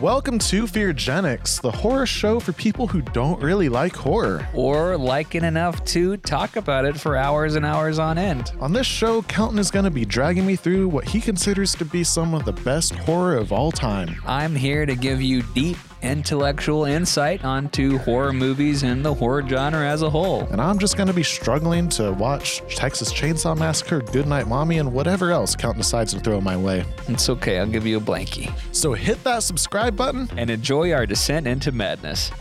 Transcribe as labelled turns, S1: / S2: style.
S1: Welcome to Feargenics, the horror show for people who don't really like horror.
S2: or like it enough to talk about it for hours and hours on end.
S1: On this show, Kelton is going to be dragging me through what he considers to be some of the best horror of all time.
S2: I'm here to give you deep intellectual insight onto horror movies and the horror genre as a whole.
S1: And I'm just going to be struggling to watch Texas Chainsaw Massacre, Goodnight Mommy, and whatever else Kelton decides to throw my way.
S2: It's okay, I'll give you a blankie.
S1: So hit that subscribe button
S2: And enjoy our descent into madness.